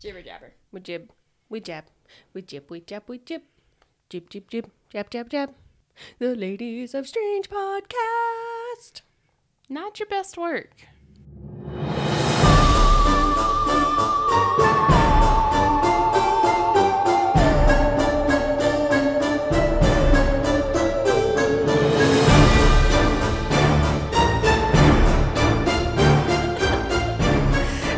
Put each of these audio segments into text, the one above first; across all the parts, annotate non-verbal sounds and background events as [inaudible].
Jibber jabber. We jib. We jab. We jib. We jab. We jib. Jib, jib, jib. Jab, jab, jab. The Ladies of Strange podcast. Not your best work.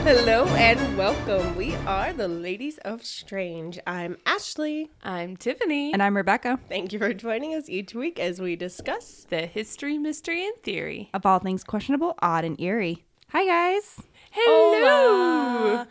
Hello and welcome. We are the Ladies of Strange. I'm Ashley. I'm Tiffany. And I'm Rebecca Thank you for joining us each week as we discuss. the history, mystery, and theory. of All Things Questionable, Odd, and Eerie. Hi, guys. Hello.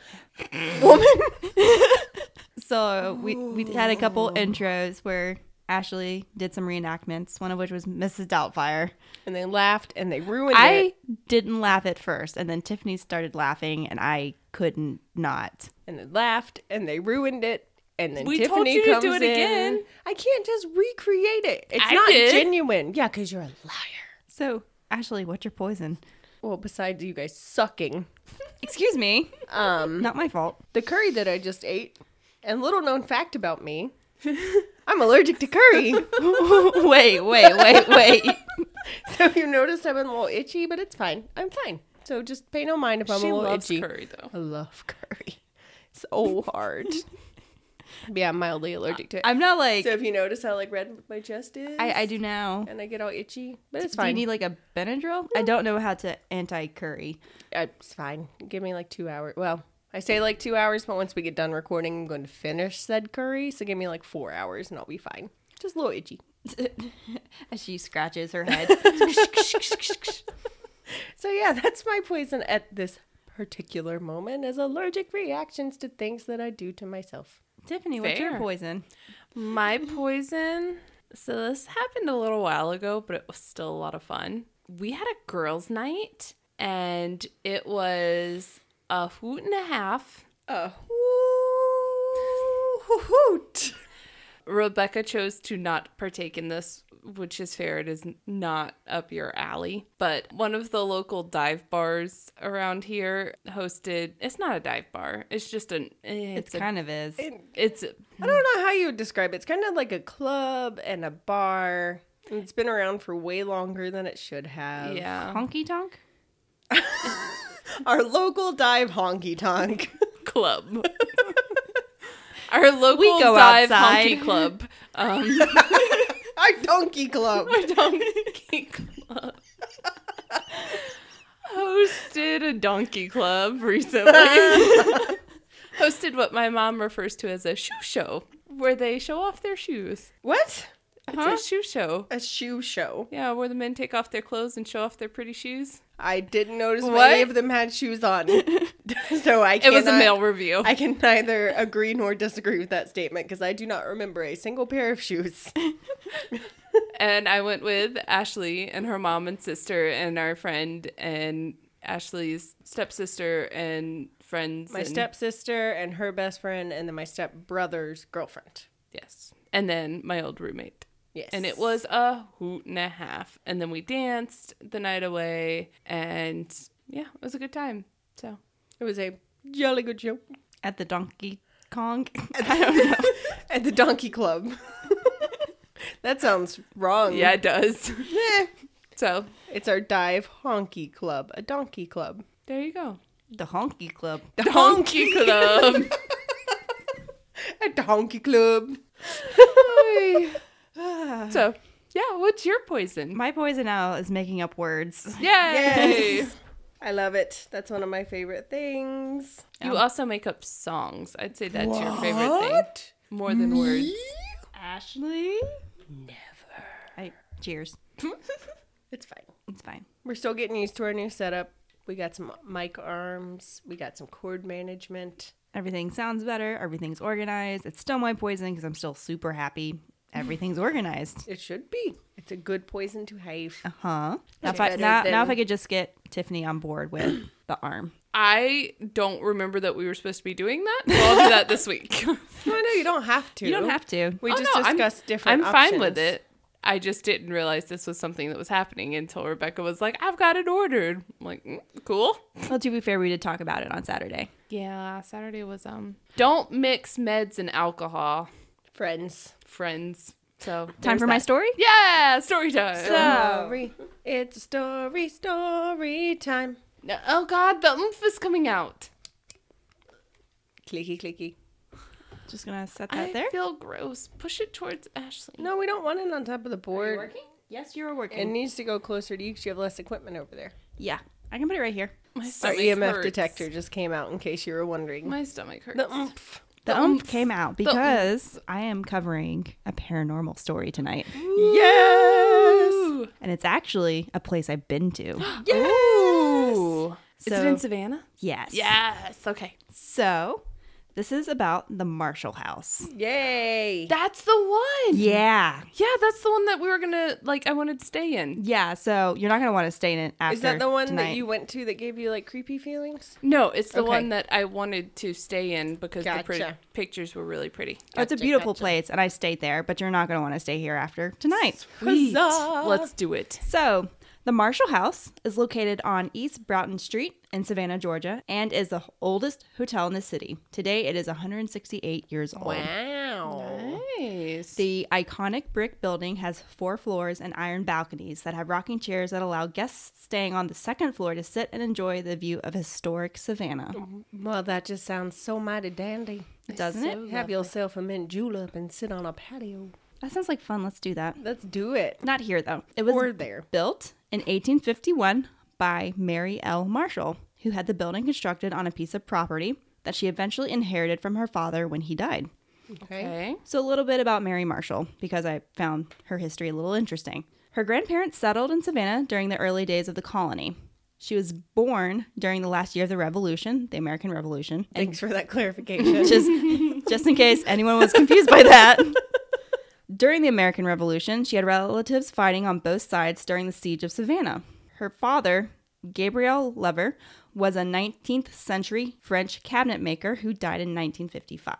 So we, we had a couple intros where Ashley did some reenactments, one of which was Mrs. Doubtfire. And they laughed and they ruined it. I didn't laugh at first, and then Tiffany started laughing, and I couldn't not. And they laughed and they ruined it. And then We Tiffany told you to do comes it in. again. I can't just recreate it. It's I not did. genuine. Yeah, because you're a liar. So, Ashley, what's your poison? Well, besides you guys sucking. Excuse me. Um, Not my fault. the curry that I just ate, and little known fact about [laughs] me, I'm allergic to curry. [laughs] [laughs] wait, wait, wait, wait. so if you noticed, I've been a little itchy, but it's fine. I'm fine. So just pay no mind if I'm she a little loves itchy. curry, though. I love curry. So [laughs] hard. but yeah, I'm mildly allergic to it. I'm not like, so if you notice how like red my chest is, I, I do now. and I get all itchy, but it's Do you fine. need like a Benadryl? I don't know how to anti curry. Uh, it's fine. Give me like two hours. Well, I say like two hours, but once we get done recording, I'm going to finish said curry. So give me like four hours and I'll be fine. Just a little itchy. As she scratches her [laughs] head. So yeah, [laughs] that's my poison at this particular moment is allergic reactions to things that I do to myself. Tiffany, what's your Fair. poison? My poison. So this happened a little while ago, but it was still a lot of fun. We had a girls' night, and it was a hoot and a half. Uh, hoot. Rebecca chose to not partake in this, which is fair. It is not up your alley. But one of the local dive bars around here hosted. It's not a dive bar. It's just an. eh, It's It's, a, kind of is. it's I don't know how you would describe it. It's kind of like a club and a bar. And It's been around for way longer than it should have. yeah. Honky tonk? Our local dive honky tonk. club. [laughs] Our local We go dive outside. honky club. Um, [laughs] Our donkey club. our [laughs] donkey club hosted a donkey club recently. [laughs] hosted what my mom refers to as a shoe show, where they show off their shoes. What? It's a shoe show. A shoe show. Yeah, where the men take off their clothes and show off their pretty shoes. I didn't notice What? many of them had [laughs] shoes on. [laughs] so I It was a cannot- male review. I can neither agree nor disagree with that statement because I do not remember a single pair [laughs] of shoes. and I went with Ashley and her mom and sister and our friend and Ashley's stepsister and friends. My and- stepsister and her best friend, and then my stepbrother's girlfriend. Yes. And then my old roommate. Yes. And it was a hoot and a half. And then we danced the night away. And yeah, it was a good time. So it was a jolly [laughs] good show At the donkey Kong? [laughs] [laughs] at the Donkey Club. [laughs] that sounds wrong. yeah, it does. Eh. [laughs] so It's our dive honky club, a donkey club. there you go. [laughs] the honky club. The Donkey Club. a donkey club. [laughs] so yeah, what's your poison? My poison now is making up [laughs] words. Yay! Yes. [laughs] I love it. That's one of my favorite things. You also make up songs. I'd say that's your favorite thing. More than words. Ashley? Never. I, cheers. It's fine. It's fine. We're still getting used to our new setup. We got some mic arms. We got some cord management. Everything sounds better. Everything's organized. It's still my poison because I'm still super [laughs] happy. Everything's organized. It should be. It's a good poison [laughs] to have. Uh huh. Now, Much if I, better now, now if than- I could just get Tiffany on board [coughs] with the arm. I don't remember that we were supposed to be doing that. So I'll do that this week. No, no, you don't have to. You don't have to. We Oh, just no, I'm- discussed different. I'm fine with options. it. I just didn't realize this was something that was happening until Rebecca was like, I've got it ordered. I'm like, "Mm, cool. Well, to be fair, we did talk about it on Saturday. Yeah, Saturday was um don't mix meds and alcohol, Friends. friends. So Time there's for my that. story? Yeah, story time. Story. It's story, story time. No- oh god, the oomph is coming out. Clicky, clicky. Just gonna set that I there. feel gross. Push it towards Ashley. No, we don't want it on top of the board. Yes, you're working. It needs to go closer to you because you have less equipment over there. yeah, I can put it right here. my Our stomach EMF hurts. detector just came out in case you were wondering. My stomach hurts. the oomph. The, The oomph oomph. came out oomph. because I am covering a paranormal story tonight, Mm. Yes! Ooh. and it's actually a place I've [gasps] been to. Yes! Ooh. is it So- in Savannah? yes. Yes. Okay. So, this is about the Marshall House. Mm. Yay! That's the one. Yeah. Yeah, that's the one that we were gonna like. I wanted to stay in. Yeah. So you're not gonna want to stay in it after. Is that the one that tonight. you went to that gave you like creepy feelings? No, it's the Okay. one that I wanted to stay in because the pretty Gotcha. pictures were really pretty. Oh, it's a Gotcha, beautiful gotcha. place, and I stayed there, but you're not going to want to stay here after tonight. Sweet. Huzzah. Let's do it. So, the Marshall House is located on East Broughton Street in Savannah, Georgia, and is the oldest hotel in the city. Today, it is 168 years old. Wow. Nice. The iconic brick building has four floors and iron balconies that have rocking chairs that allow guests staying on the second floor to sit and enjoy the view of historic Savannah. Oh, Well, that just sounds so mighty dandy. Doesn't it? Have yourself a mint julep and sit on a patio. That sounds like fun. Let's do that. Let's do it. Not here, though. It was Or there. built in 1851 by Mary L. Marshall, who had the building constructed on a piece of property that she eventually inherited from her father when he died. Okay. Okay. So, a little bit about Mary Marshall because I found her history a little interesting. Her grandparents settled in Savannah during the early days of the colony. She was born during the last year of the Revolution, the American Revolution. And Thanks for that [laughs] clarification. just just in case anyone was confused by that. During the American Revolution, she had relatives fighting on both sides during the siege of Savannah. Her father, Gabriel Lever, was a 19th century French cabinet maker who died in 1955.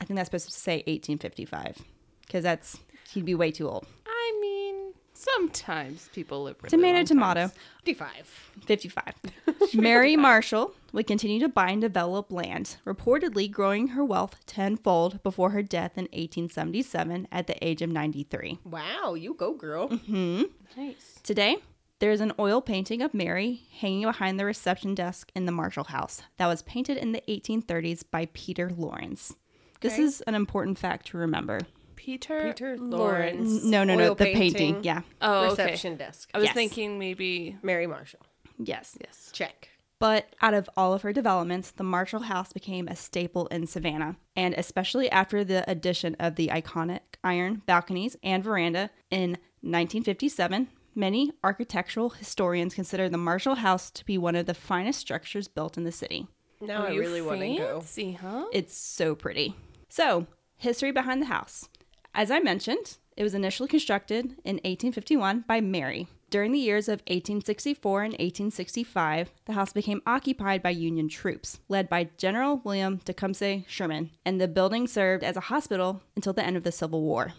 I think that's supposed to say 1855 because that's he'd be way too old. I mean, sometimes people live really Tomato, long tomato. times. 55. 55. Mary Marshall would continue to buy and develop land, reportedly growing her wealth tenfold before her death in 1877 at the age of 93. Wow, you go, girl. Mm-hmm. Nice. Today, there is an oil painting of Mary hanging behind the reception desk in the Marshall House that was painted in the 1830s by Peter Lawrence. This Okay. is an important fact to remember. Peter. Peter Lawrence. Lawrence. No, no, no, Oil the painting. Yeah. Oh, okay. Reception desk. I was Yes. thinking maybe. Mary Marshall. Yes. Yes. Check. But out of all of her developments, the Marshall House became a staple in Savannah, and especially after the addition of the iconic iron balconies and veranda in 1957, many architectural historians consider the Marshall House to be one of the finest structures built in the city. Now I You really want to go. fancy, huh? It's so pretty. So, history behind the house. As I mentioned, it was initially constructed in 1851 by Mary. During the years of 1864 and 1865, the house became occupied by Union troops, led by General William Tecumseh Sherman, and the building served as a hospital until the end of the Civil War.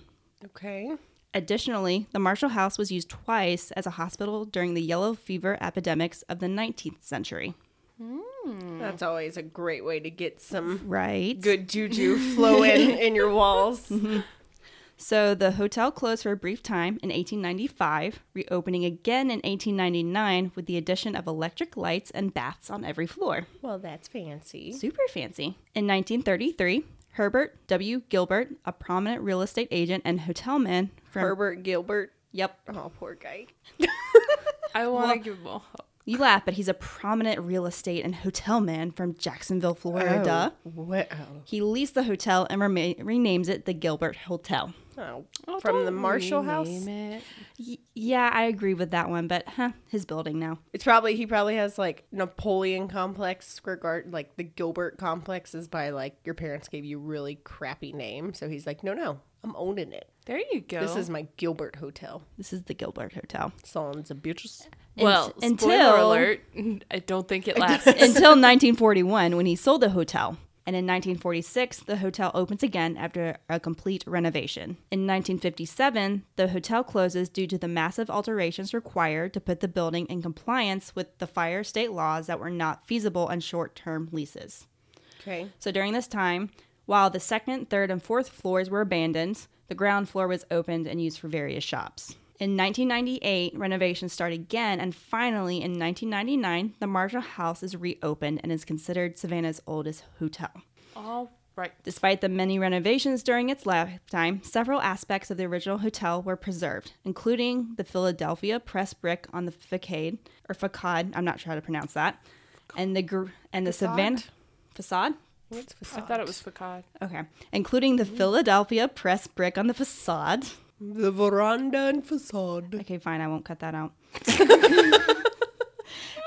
Okay. Additionally, the Marshall House was used twice as a hospital during the yellow fever epidemics of the 19th century. That's always a great way to get some Right. good [laughs] juju flowing in your walls. So the hotel closed for a brief time in 1895, reopening again in 1899 with the addition of electric lights and baths on every floor. Well, that's fancy. Super fancy. In 1933, Herbert W. Gilbert, a prominent real estate agent and hotel man from Herbert Gilbert. Yep, Oh, poor guy. I want to give him a hug. you laugh, but he's a prominent real estate and hotel man from Jacksonville, Florida. What? He leased the hotel and rema- renames it the Gilbert Hotel. Oh, Oh, from the don't Marshall House. rename it. Y- yeah, I agree with that one, but huh, his building now. It's probably he probably has like Napoleon complex square guard like the Gilbert complex is by like your parents gave you really crappy name, so he's like, no, no, I'm owning it. There you go. This is my Gilbert Hotel. This is the Gilbert Hotel. Sons of bitches. well. Unt- spoiler alert. [laughs] I don't think it lasts. [laughs] [laughs] until 1941 when he sold the hotel. And in 1946, the hotel opens again after a complete renovation. In 1957, the hotel closes due to the massive alterations required to put the building in compliance with the fire state laws that were not feasible on short term leases. Okay. So during this time, while the second, third, and fourth floors were abandoned, the ground floor was opened and used for various shops. In 1998, renovations start again, and finally, in 1999, the Marshall House is reopened and is considered Savannah's oldest hotel. All right. Despite the many renovations during its lifetime, several aspects of the original hotel were preserved, including the Philadelphia press brick on the facade, or facade, I'm not sure how to pronounce that, and the gr- and the Savannah facade. What's facade? I thought it was facade. Okay, including the Philadelphia press brick on the facade. the veranda and facade. Okay, fine, I won't cut that out. [laughs]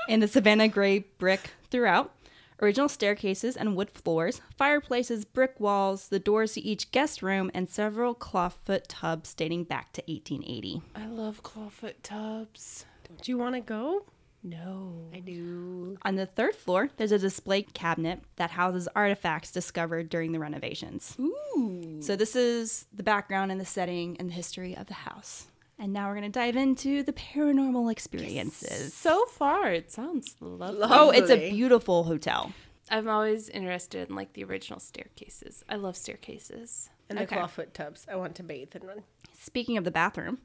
and the Savannah gray brick throughout. Original staircases and wood floors, fireplaces, brick walls, the doors to each guest room, and several clawfoot tubs dating back to 1880. I love clawfoot tubs. Do you want to go? No. I do. On the third floor, there's a display cabinet that houses artifacts discovered during the renovations. Ooh. So, this is the background and the setting and the history of the house. And now we're going to dive into the paranormal experiences. So far, it sounds lovely. Oh, it's a Lovely. beautiful hotel. I'm always interested in like the original staircases. I love staircases. And Okay. the clawfoot tubs. I want to bathe in one. Speaking of the bathroom,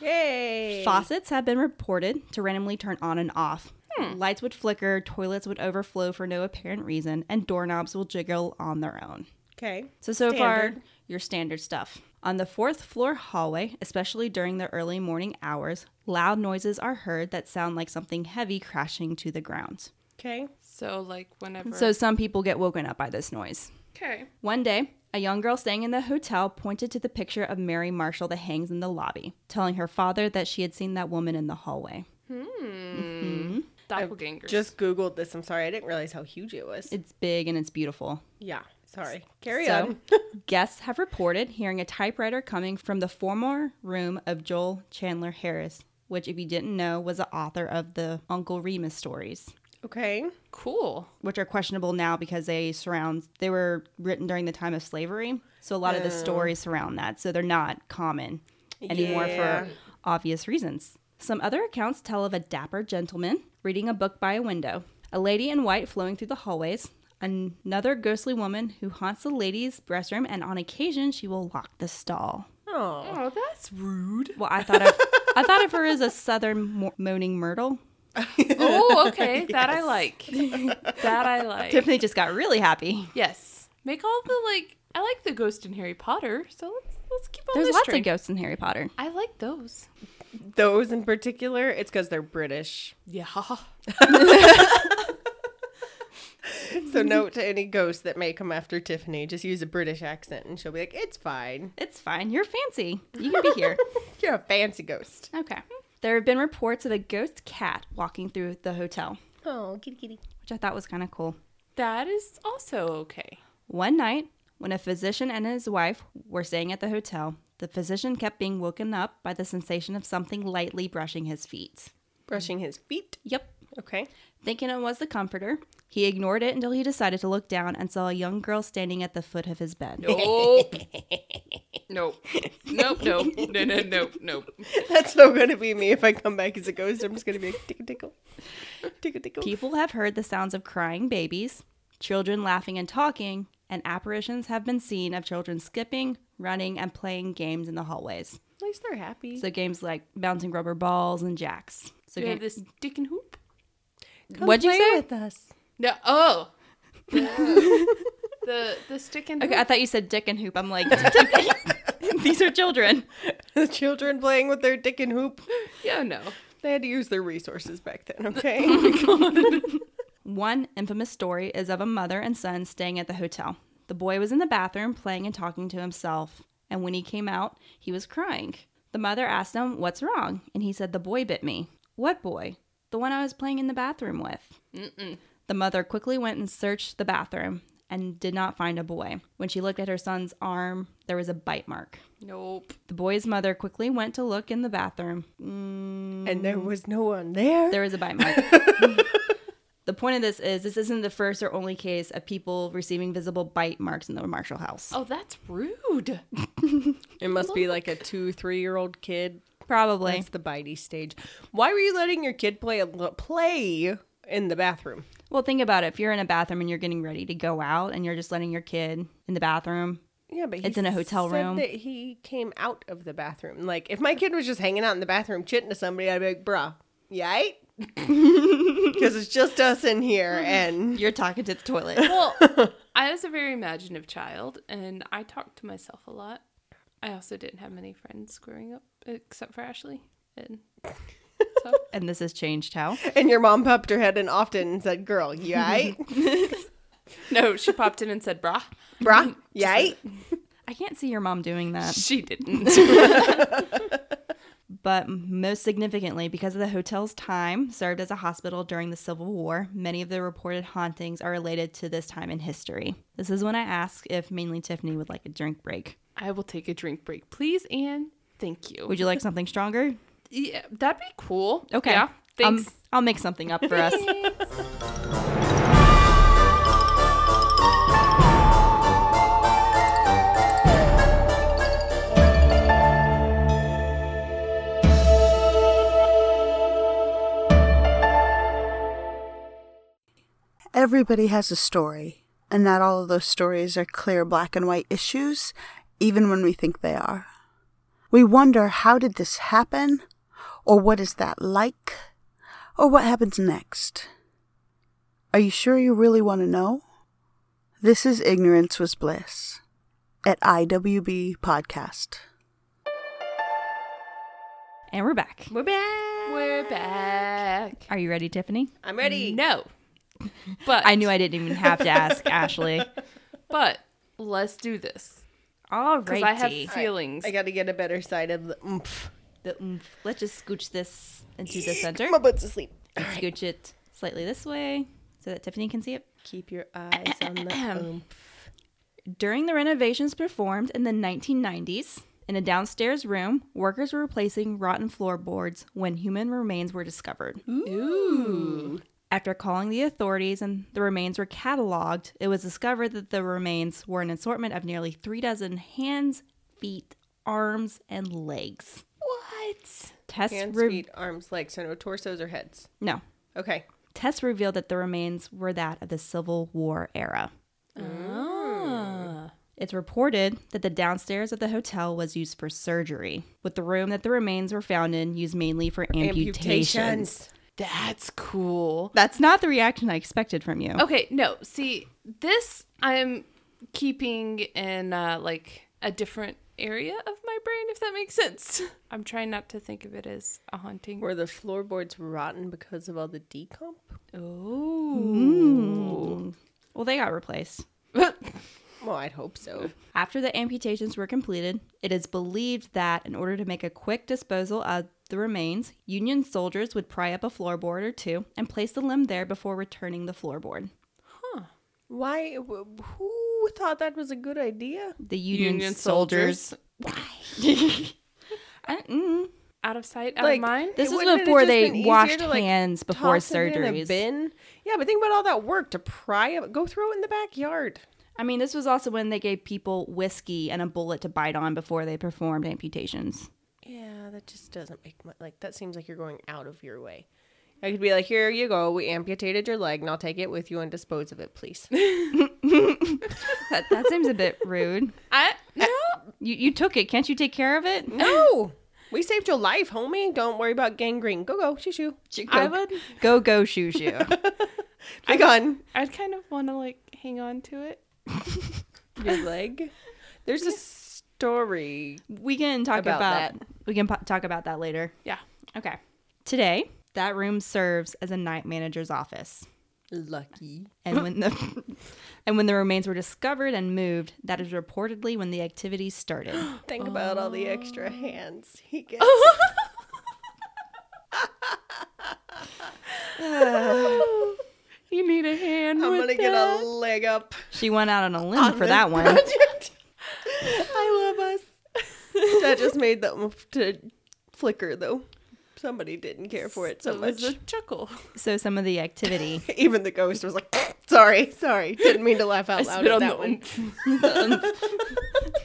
Yay! faucets have been reported to randomly turn on and off. Lights would flicker, toilets would overflow for no apparent reason, and doorknobs will jiggle on their own. Okay. So, so far, Standard. your standard stuff. On the fourth floor hallway, especially during the early morning hours, loud noises are heard that sound like something heavy crashing to the ground. Okay. So like whenever. So, some people get woken up by this noise. okay. One day, a young girl staying in the hotel pointed to the picture of Mary Marshall that hangs in the lobby, telling her father that she had seen that woman in the hallway. Doppelgangers. Just Googled this. I'm sorry. I didn't realize how huge it was. It's big and it's beautiful. yeah. Sorry. Carry So, on. guests have reported hearing a typewriter coming from the former room of Joel Chandler Harris, which, if you didn't know, was the author of the Uncle Remus stories, Okay. cool. which are questionable now because they surround, they were written during the time of slavery. So, a lot of the stories surround that. So, they're not common anymore Yeah. for obvious reasons. Some other accounts tell of a dapper gentleman reading a book by a window, a lady in white flowing through the hallways, another ghostly woman who haunts the ladies' restroom, and on occasion she will lock the stall. Oh. Oh, that's rude. Well, I thought of, I thought of her as a southern mo- moaning myrtle. Oh, [laughs] okay. That I like. That I like. Tiffany just got really happy. Yes. Make all the like. I like the ghost in Harry Potter. So let's let's keep on There's this lots train. of ghosts in Harry Potter. I like those. Those in particular, it's because they're [laughs] British. Yeah. So, note to any ghost that may come after Tiffany, just use a British accent and she'll be like, it's fine. [laughs] It's fine. You're fancy. You can be here. You're a fancy ghost. okay. There have been reports of a ghost cat walking through the hotel, Oh, kitty kitty. which I thought was kind of cool. That is also okay. One night, when a physician and his wife were staying at the hotel, the physician kept being woken up by the sensation of something lightly brushing his feet. Brushing his feet. Yep. Okay. Thinking it was the comforter, he ignored it until he decided to look down and saw a young girl standing at the foot of his bed. [laughs] Nope. nope. Nope. Nope. No. No. Nope. Nope. [laughs] That's not going to be me if I come back as a ghost. I'm just going to be like, tickle tickle. Tickle tickle. People have heard the sounds of crying babies, children laughing and talking, and apparitions have been seen of children skipping, running, and playing games in the hallways. At least they're happy. So games like bouncing rubber balls and jacks. Do So you ga- have this dick and hoop? what'd you say? with us. No. Oh. [laughs] the the stick and Okay, I hoop. thought you said dick and hoop. [laughs] I'm like, [laughs] these are children. the children playing with their dick and hoop. Yeah. No. They had to use their resources back then, [laughs] okay? One infamous story is of a mother and son staying at the hotel. The boy was in the bathroom playing and talking to himself, and when he came out, he was crying. The mother asked him, What's wrong? And he said, The boy bit me. What boy? The one I was playing in the bathroom with. The mother quickly went and searched the bathroom and did not find a boy. When she looked at her son's arm, there was a bite mark. Nope. The boy's mother quickly went to look in the bathroom. Mm, and there was no one Mm-hmm. there. there is a bite [laughs] mark. the point of this is this isn't the first or only case of people receiving visible bite marks in the Marshall house. Oh, that's rude. It must be like a two, three year old kid. Probably. That's the bitey stage. Why were you letting your kid play a lo- play in the bathroom. Well, think about it. If you're in a bathroom and you're getting ready to go out and you're just letting your kid in the bathroom, Yeah, but he It's in a hotel said room. That he came out of the bathroom. Like if my kid was just hanging out in the bathroom chitting to somebody, I'd be like, "Bruh, you [laughs] right?" Because it's just us in [laughs] here, and you're talking to the toilet. Well, I was a very imaginative child and I talked to myself a lot. I also didn't have many friends growing up except for Ashley. And [laughs] so [laughs] and this has changed how. and your mom popped her head in often and said, "Girl, you right? no, she popped in and said brah. [laughs] [laughs] Bruh, you right?" I can't see your mom doing that. She didn't. But most significantly, because of the hotel's time served as a hospital during the Civil War, many of the reported hauntings are related to this time in history. This is when I asked if mainly Tiffany would like a drink break. I will take a drink break, please, and thank you. Would you like something stronger? yeah, that'd be cool. Okay. Yeah. Um, Thanks. I'll make something up for [laughs] us. Everybody has a story, and not all of those stories are clear black and white issues, even when we think they are. We wonder how did this happen, or what is that like, or what happens next. Are you sure you really want to know? This is Ignorance Was Bliss at IWB Podcast. and we're back. We're back. We're back. Are you ready, Tiffany? I'm ready. No. But [laughs] I knew I didn't even have to [laughs] ask Ashley. But let's do this [laughs] All because right. I have feelings. I got to get a better side of the. oomph. the oomph. Let's just scooch this into the center. My butt's asleep. Scooch it slightly this way so that Tiffany can see it. Keep your eyes on the. oomph. During the renovations performed in the 1990s, in a downstairs room, workers were replacing rotten floorboards when human remains were discovered. Ooh. After calling the authorities and the remains were cataloged, it was discovered that the remains were an assortment of nearly three dozen hands, feet, arms, and legs. What? Tests Hands, re- feet, arms, legs. So no torsos or heads. no. Okay. Tests revealed that the remains were that of the Civil War era. Ah. It's reported that the downstairs of the hotel was used for surgery, with the room that the remains were found in used mainly for amputations. That's cool. That's not the reaction I expected from you. Okay, no. See, this I'm keeping in uh, like a different area of my brain, if that makes sense. [laughs] I'm trying not to think of it as a haunting. Were the floorboards rotten because of all the decomp? Oh. Well, they got replaced. Well, Oh, I'd hope so. After the amputations were completed, it is believed that in order to make a quick disposal of the remains, Union soldiers would pry up a floorboard or two and place the limb there before returning the floorboard. [laughs] Why? wh- Who thought that was a good idea? The Union, soldiers. [laughs] I- mm. [laughs] Out of sight, out Like, of mind. This is wouldn't it have before just they been easier washed to, like, hands before toss it in a surgeries. bin? Yeah, but think about all that work to pry up. Go throw it in the backyard. I mean, this was also when they gave people whiskey and a bullet to bite on before they performed amputations. Yeah, that just doesn't make much. Like that seems like you're going out of your way. I could be like, here you go. We amputated your leg, and I'll take it with you and dispose of it, please. That, that seems a [laughs] bit rude. [laughs] I no. You, you took it. Can't you take care of [laughs] it? no, we saved your life, homie. Don't worry about gangrene. Go go, shoo shoo. I would go go shoo shoo. [laughs] The gun. I'd kind of want to like hang on to it. [laughs] Your leg. There's a story. we can talk about, About we can po- talk about that later. Yeah. Okay. Today, that room serves as a night manager's office. Lucky. And when the [laughs] and when the remains were discovered and moved, that is reportedly when the activity started. Think about all the extra hands [laughs] he gets. You need a hand. I'm with gonna get a leg up she went out on a limb for that one. project. I love us. [laughs] that just made the [laughs] oomph to flicker though. Somebody didn't care for it so It was a much. chuckle. So some of the activity. [laughs] Even the ghost was like, [laughs] "Sorry, sorry, didn't mean to laugh I out loud spit at on that the one." oomph. [laughs]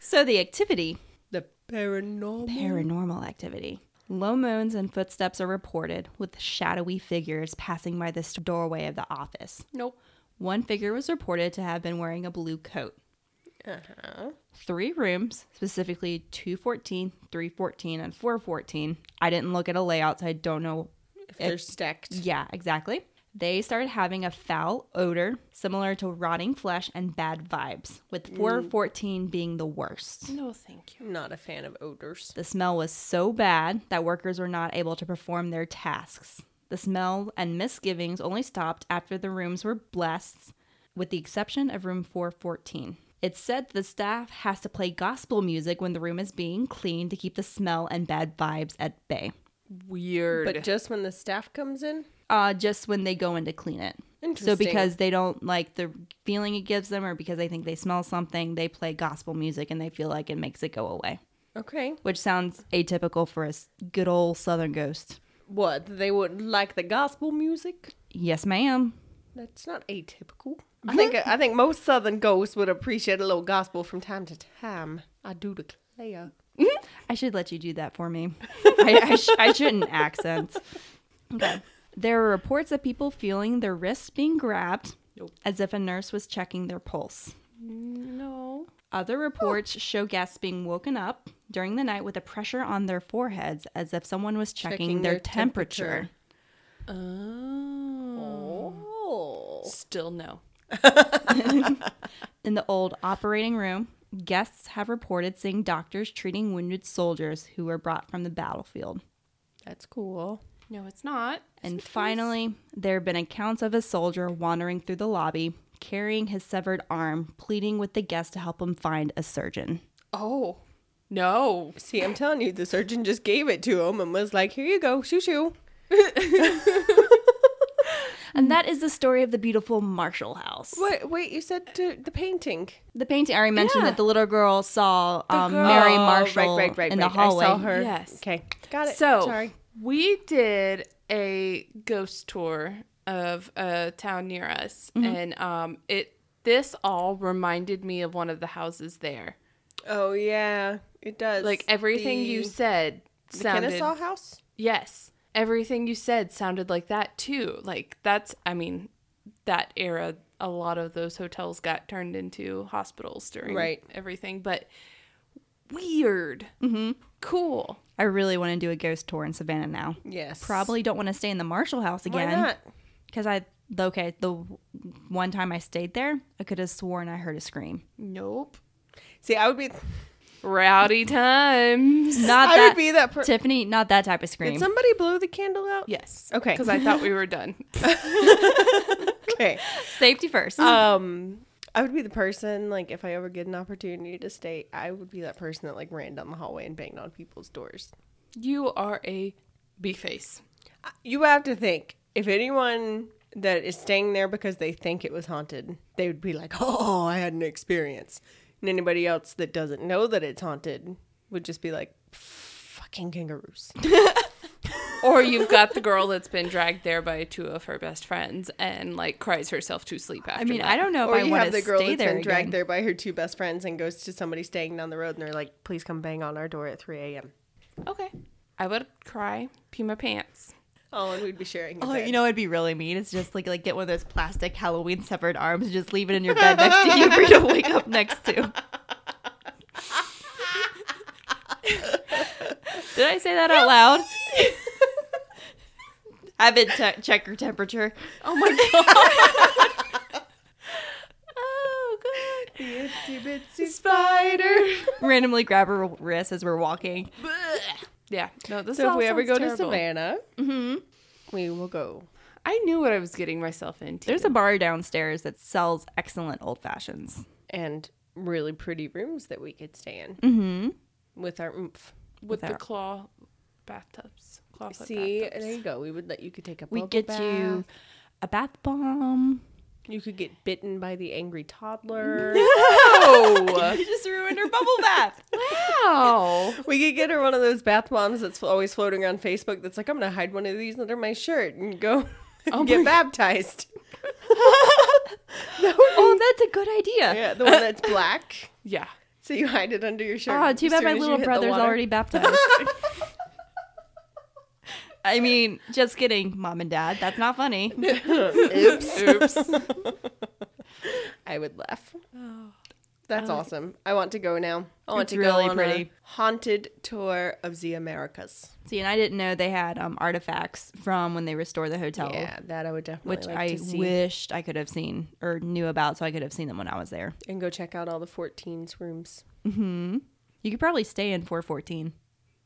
So the activity The paranormal. paranormal activity Low moans and footsteps are reported, with shadowy figures passing by the doorway of the office. Nope. One figure was reported to have been wearing a blue coat. Uh-huh. Three rooms, specifically 214, 314, and 414. I didn't look at a layout, so I don't know. If they're stacked. Yeah, exactly. They started having a foul odor similar to rotting flesh and bad vibes, with 414 being the worst. No, thank you. I'm not a fan of odors. The smell was so bad that workers were not able to perform their tasks. The smell and misgivings only stopped after the rooms were blessed, with the exception of room 414. It's said the staff has to play gospel music when the room is being cleaned to keep the smell and bad vibes at bay. Weird. But just when the staff comes in, Uh, just when they go in to clean it. So Interesting. because they don't like the feeling it gives them or because they think they smell something, they play gospel music and they feel like it makes it go away. okay, Which sounds atypical for a s- good old southern ghost. what they would like the gospel music. Yes, ma'am. That's not atypical. I think I think most Southern ghosts would appreciate a little gospel from time to time. I do declare. I should let you do that for me. [laughs] I, I, sh- I shouldn't accent. Okay. There were reports of people feeling their wrists being grabbed as if a nurse was checking their pulse. no. Other reports show guests being woken up during the night with a pressure on their foreheads as if someone was checking, Checking their, their temperature. temperature. Oh. Oh, Still no. In the old operating room, guests have reported seeing doctors treating wounded soldiers who were brought from the battlefield. that's cool. No, it's not. And finally, there have been accounts of a soldier wandering through the lobby, carrying his severed arm, pleading with the guest to help him find a surgeon. Oh. No. See, I'm telling you, the surgeon just gave it to him and was like, "Here you go, shoo shoo." And that is the story of the beautiful Marshall House. Wait, wait, you said to the painting. The painting I already mentioned Yeah. that the little girl saw um, girl- Mary Oh, Marshall right, right, right, in the right. hallway. I saw her. Yes. Okay, got it. So sorry. we did a ghost tour of a town near us, Mm-hmm. and um, it this all reminded me of one of the houses there. Oh yeah, it does. Like everything you The- said the sounded Kennesaw House. yes, everything you said sounded like that too. Like that's I mean, that era, a lot of those hotels got turned into hospitals during Right. everything, but weird, mm-hmm. cool. I really want to do a ghost tour in Savannah now. Yes, Probably don't want to stay in the Marshall House Why again. not? Because I, okay, the one time I stayed there, I could have sworn I heard a scream. [laughs] Nope. See, I would be. Rowdy times. Not I that, would be that. Per- Tiffany, not that type of scream. Did somebody blow the candle out? Yes. Okay. Because I thought we were done. Okay. Safety first. um i would be the person like if i ever get an opportunity to stay i would be that person that like ran down the hallway and banged on people's doors [laughs] you are a bee face. you have to think if anyone that is staying there because they think it was haunted they would be like oh i had an experience and anybody else that doesn't know that it's haunted would just be like fucking kangaroos Or you've got the girl that's been dragged there by two of her best friends and like cries herself to sleep after. I mean, that. I don't know if or I you want have to the girl stay that's there been dragged again. there by her two best friends and goes to somebody staying down the road and they're like please come bang on our door at 3 a.m Okay. I would cry, pee my pants. oh and we'd be sharing a Oh, bed. you know, it'd be really mean. It's just like like get one of those plastic Halloween severed arms and just leave it in your bed next to you for you to wake up next to. Did I say that out loud? Have it te- check your temperature. Oh my god. oh god. Itsy bitsy Spider. Randomly grab her wrist as we're walking. yeah. No, this So if all we ever sounds go to terrible. Savannah, Mm-hmm. we will go. I knew what I was getting myself into. There's a bar downstairs that sells excellent old fashions. And really pretty rooms that we could stay in. Mm-hmm. With our oomph. with the without- claw bathtubs. Claw foot See, bathtubs. there you go. We would let you could take a We bubble get bath. you a bath bomb. You could get bitten by the angry toddler. [laughs] You just ruined her bubble bath. Wow. we could get her one of those bath bombs that's always floating around Facebook. That's like I'm gonna hide one of these under my shirt and go [laughs] get [laughs] baptized. oh, that's a good idea. Yeah, the one that's black. Yeah. So you hide it under your shirt. Oh, too as bad my soon as you little hit the brother's water. already baptized. [laughs] I mean, just kidding, mom and dad. That's not [laughs] funny. [laughs] Oops. Oops. I would laugh. That's awesome. I want to go now. I want It's to really go on pretty. a haunted tour of the Americas. See, and I didn't know they had um, artifacts from when they restore the hotel, Yeah, that Oh. I would definitely which like I to see. wished I could have seen or knew about, so I could have seen them when I was there. and go check out all the 14s rooms. You could probably stay in 414.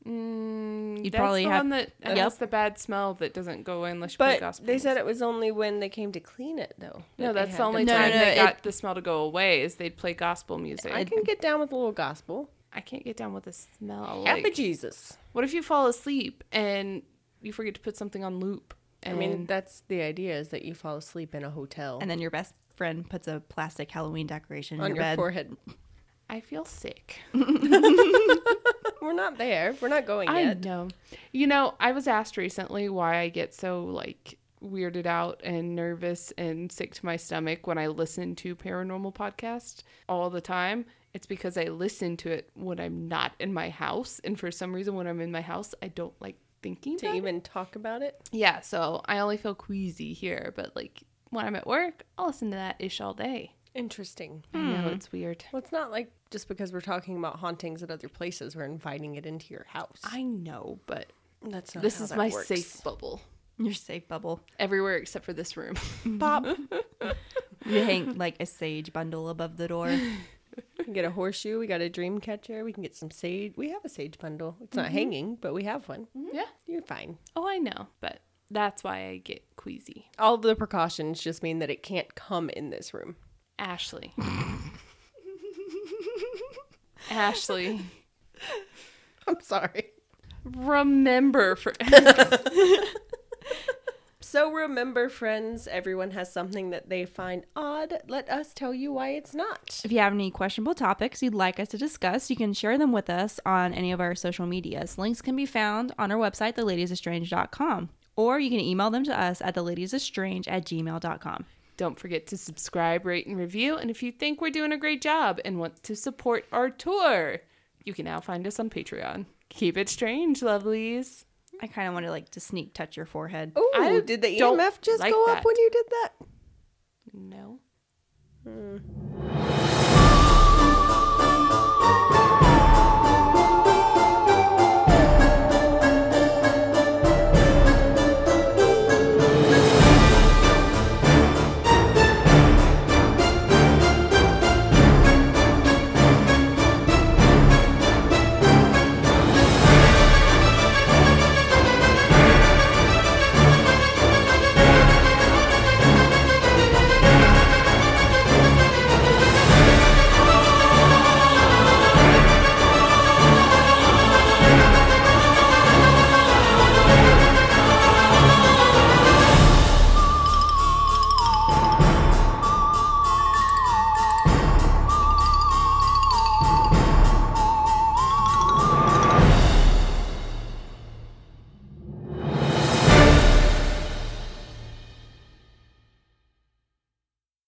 Mm, You'd that's probably the have- one that Yep. that's the bad smell that doesn't go in unless you put But gospel. they said it was only when they came to clean it, though. no, that they that's the had only No, no, time no, they it- got the smell to go away is they'd play gospel music. them. I can get down with a little gospel. I can't get down with the smell. Happy Like, Jesus. what if you fall asleep and you forget to put something on loop? I And mean, that's the idea is that you fall asleep in a hotel And then your best friend puts a plastic Halloween decoration in on your, your bed. forehead. I feel sick. We're not there. We're not going [laughs] I yet. know. You know, I was asked recently why I get so like weirded out and nervous and sick to my stomach when I listen to paranormal podcast all the time. It's because I listen to it when I'm not in my house, and for some reason, when I'm in my house, I don't like thinking To about it. even talk about it. Yeah, so I only feel queasy here, but like when I'm at work, I'll listen to that ish all day. Interesting. I know it's weird. Well, it's not like just because we're talking about hauntings at other places, we're inviting it into your house. I know, but That's not this how is that my works. safe bubble. Your safe bubble. [laughs] Everywhere except for this room. pop. You hang like a sage bundle above the door. We can get a horseshoe. We got a dream catcher. We can get some sage. We have a sage bundle. It's not hanging, but we have one. [laughs] yeah. You're fine. Oh, I know, but that's why I get queasy. All the precautions just mean that it can't come in this room. [laughs] [laughs] Ashley. Ashley, I'm sorry. remember for So remember, friends, everyone has something that they find odd. Let us tell you why it's not. If you have any questionable topics you'd like us to discuss, you can share them with us on any of our social medias. Links can be found on our website, theladiesestrange.com, or you can email them to us at theladiesestrange at gmail.com. Don't forget to subscribe, rate, and review. And if you think we're doing a great job and want to support our tour, you can now find us on Patreon. Keep it strange, lovelies. I kind of want to like to sneak touch your forehead. Oh, I did the don't EMF just like go that. up when you did that? No.